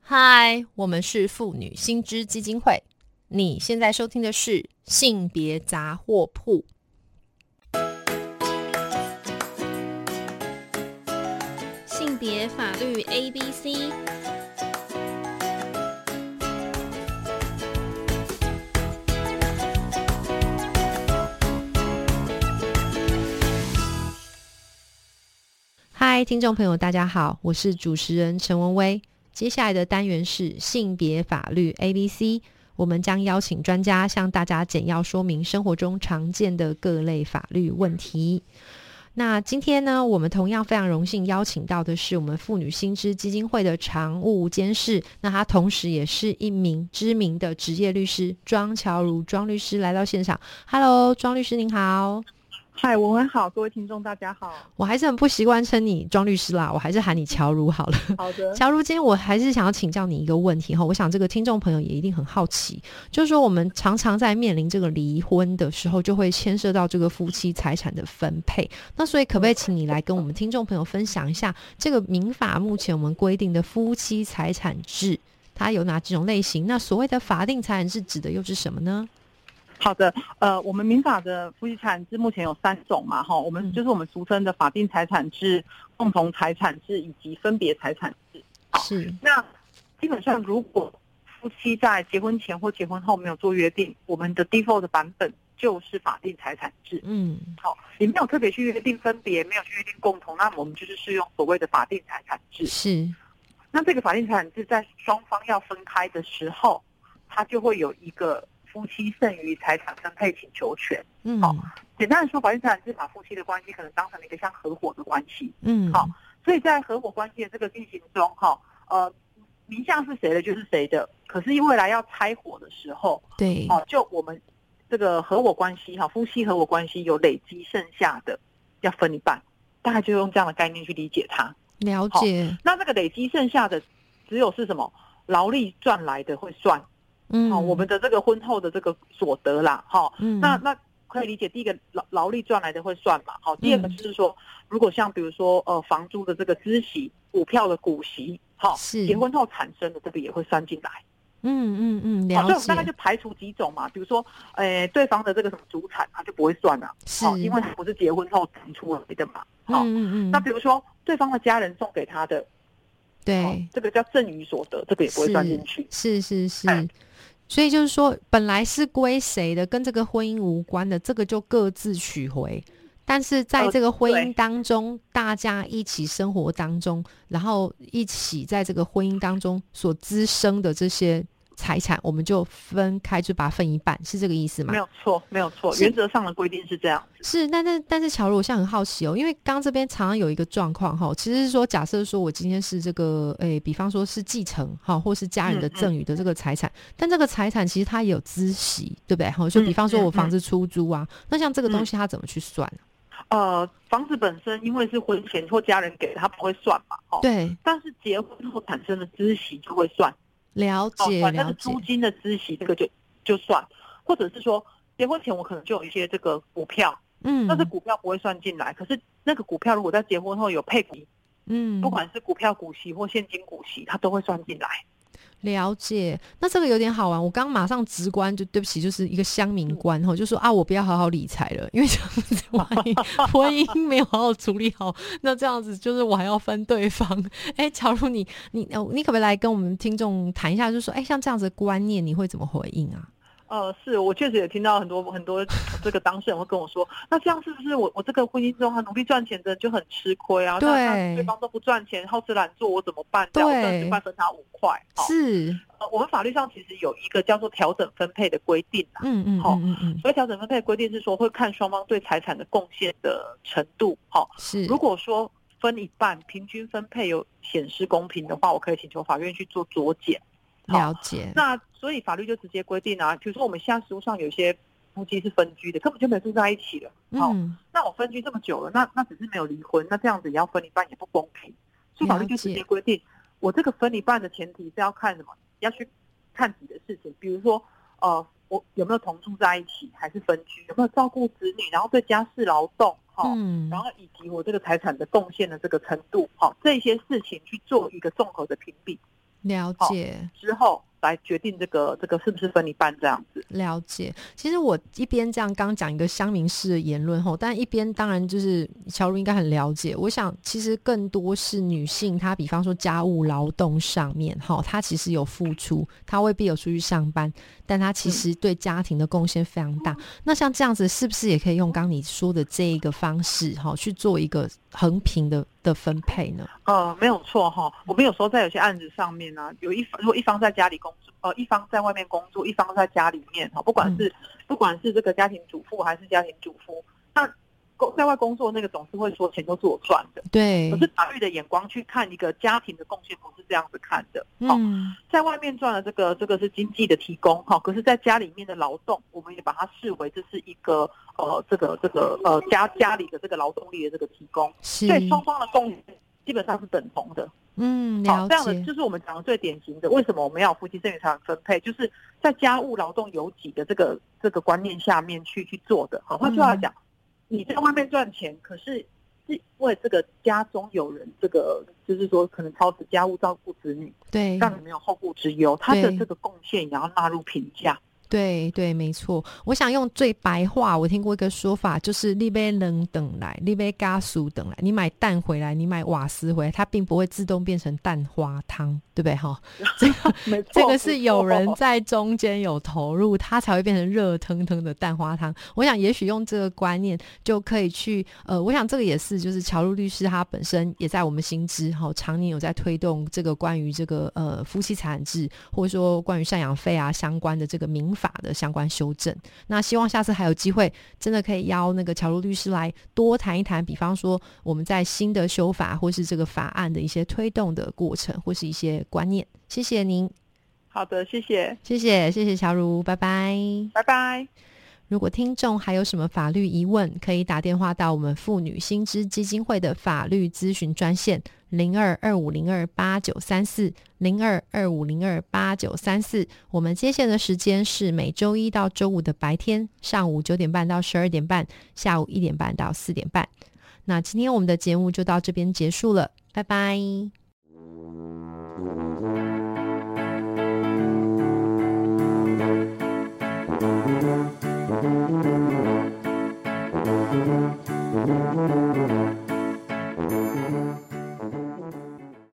嗨，我们是妇女新知基金会。你现在收听的是《性别杂货铺》。性别法律 A B C。嗨，听众朋友，大家好，我是主持人陈文薇。接下来的单元是性别法律 A B C，我们将邀请专家向大家简要说明生活中常见的各类法律问题。那今天呢，我们同样非常荣幸邀请到的是我们妇女新知基金会的常务监事，那他同时也是一名知名的职业律师庄乔如庄律师来到现场。Hello，庄律师您好。嗨，文文好，各位听众大家好。我还是很不习惯称你庄律师啦，我还是喊你乔如好了。好的，乔如，今天我还是想要请教你一个问题哈，我想这个听众朋友也一定很好奇，就是说我们常常在面临这个离婚的时候，就会牵涉到这个夫妻财产的分配。那所以可不可以请你来跟我们听众朋友分享一下，这个民法目前我们规定的夫妻财产制，它有哪几种类型？那所谓的法定财产制指的又是什么呢？好的，呃，我们民法的夫妻财产制目前有三种嘛，哈，我们嗯就是我们俗称的法定财产制、共同财产制以及分别财产制。好是，那基本上，如果夫妻在结婚前或结婚后没有做约定，我们的 default 的版本就是法定财产制。嗯，好，你没有特别去约定分别，没有去约定共同，那我们就是适用所谓的法定财产制。是，那这个法定财产制在双方要分开的时候，它就会有一个夫妻剩余财产分配请求权。嗯，好简单的说，法定财产制把夫妻的关系可能当成了一个像合伙的关系，嗯，好所以在合伙关系的这个进行中，哈，呃，名下是谁的就是谁的。可是未来要拆伙的时候，对，哦，就我们这个合伙关系哈，夫妻合伙关系有累积剩下的要分一半，大概就用这样的概念去理解它。了好解，那这个累积剩下的，只有是什么劳力赚来的会算，嗯，哦，我们的这个婚后的这个所得啦，哈、嗯，那那可以理解，第一个劳劳力赚来的会算嘛，好、第二个嗯就是说，如果像比如说呃房租的这个孳息、股票的股息，好、是结婚后产生的这个也会算进来，嗯嗯嗯，了好、所以我们解大概，就排除几种嘛，比如说，诶、对方的这个什么主产啊就不会算了，是好、因为它不是结婚后产出来的嘛，好、嗯嗯嗯，那比如说对方的家人送给他的哦对，这个叫赠与所得，这个也不会算进去。是是是哎。所以就是说，本来是归谁的，跟这个婚姻无关的，这个就各自取回。但是在呃这个婚姻对当中，大家一起生活当中，然后一起在这个婚姻当中所滋生的这些财产，我们就分开，就把它分一半，是这个意思吗没？有错，没有错，是原则上的规定是这样。是，但是但是，乔如，我现在很好奇哦，因为刚刚这边常常有一个状况哈，其实是说，假设说我今天是这个，诶，比方说是继承哈，或是家人的嗯嗯赠与的这个财产，但这个财产其实它也有孳息，对不对？哈，就比嗯方说嗯我房嗯子出租啊，那像这个东嗯西它怎么去算？啊呃，房子本身因为是婚前或家人给的，他不会算嘛，哦。对，但是结婚后产生的孳息就会算，了哦，解反正了是解，租金的孳息这个就就算，或者是说结婚前我可能就有一些这个股票，嗯但是股票不会算进来，可是那个股票如果在结婚后有配股，嗯，不管是股票股息或现金股息，它都会算进来。了解，那这个有点好玩。我刚马上直观就对不起，就是一个乡嗯民观哈，就说啊，我不要好好理财了，因为这样 子万一婚姻没有好好处理好，那这样子就是我还要分对方。哎，假如你你呃你可不可以来跟我们听众谈一下，就是说，哎，像这样子的观念，你会怎么回应啊？呃，是我确实也听到很多很多这个当事人会跟我说，那这样是不是我我这个婚姻中他啊努力赚钱的人就很吃亏啊？那那对对方都不赚钱，好吃懒做，我怎么办？这样我对赚十块分他五块。好、是，呃，我们法律上其实有一个叫做调整分配的规定啊。嗯嗯好嗯嗯嗯，所谓调整分配的规定是说，会看双方对财产的贡献的程度。好、是。如果说分一半，平均分配有显失公平的话，我可以请求法院去做酌减。好了解，那所以法律就直接规定啊，比如说我们现在实务上有一些夫妻是分居的，根本就没有住在一起了。好嗯，那我分居这么久了，那那只是没有离婚，那这样子也要分一半也不公平。所以法律就直了解接规定，我这个分一半的前提是要看什么？要去看几个事情，比如说呃，我有没有同住在一起，还是分居，有没有照顾子女，然后对家事劳动，哈、嗯然，后以及我这个财产的贡献的这个程度，好、这些事情去做一个综合的评比，了好解，之后来决定这个这个是不是分离办这样子。了解。其实我一边这样刚讲一个乡民式的言论吼，但一边当然就是乔如应该很了解。我想其实更多是女性，她比方说家务劳动上面哈，她其实有付出，她未必有出去上班，但她其实对家庭的贡献非常嗯大。那像这样子，是不是也可以用刚你说的这一个方式哈，去做一个横平的的分配呢？呃，没有错哈、我们有时候在有些案子上面呢、有一方如果一方在家里工作，呃，一方在外面工作，一方在家里面哈、不管嗯是、不管是这个家庭主妇还是家庭主夫，那工在外工作那个总是会说钱都是我赚的，对可，是哦法律的眼光去看一个家庭的贡献，不是这样子看的。好、嗯，在外面赚的这个这个是经济的提供哈、可是在家里面的劳动，我们也把它视为这是一个呃这个这个呃家家里的这个劳动力的这个提供，是，对双方的贡献基本上是等同的。嗯，好，了这样的解，就是我们讲的最典型的，为什么我们要有夫妻剩余财产分配，就是在家务劳动有己的这个这个观念下面去去做的。好，换句话嗯讲，你在外面赚钱，可是是为这个家中有人，这个就是说可能操持家务、照顾子女，对，让你没有后顾之忧，他的对这个贡献也要纳入评价。对对，没错。我想用最白话，我听过一个说法，就是你被冷等来，你被嘎苏等来，你买蛋回来，你买瓦斯回来，它并不会自动变成蛋花汤，对不对哈？ 没错，这个是有人没错在中间有投入，它才会变成热腾腾的蛋花汤。我想，也许用这个观念就可以去，呃，我想这个也是，就是乔路律师他本身也在我们新知，好、常年有在推动这个关于这个呃夫妻财产制，或者说关于赡养费啊相关的这个民法的相关修正。那希望下次还有机会，真的可以邀那个乔路律师来多谈一谈，比方说我们在新的修法或是这个法案的一些推动的过程，或是一些观念。谢谢您。好的，谢谢，谢谢，谢谢乔如，拜拜。拜拜。如果听众还有什么法律疑问，可以打电话到我们妇女新知基金会的法律咨询专线零二二五零二八九三四零二二五零二八九三四。我们接线的时间是每周一到周五的白天上午九点半到十二点半，下午一点半到四点半。那今天我们的节目就到这边结束了，拜拜。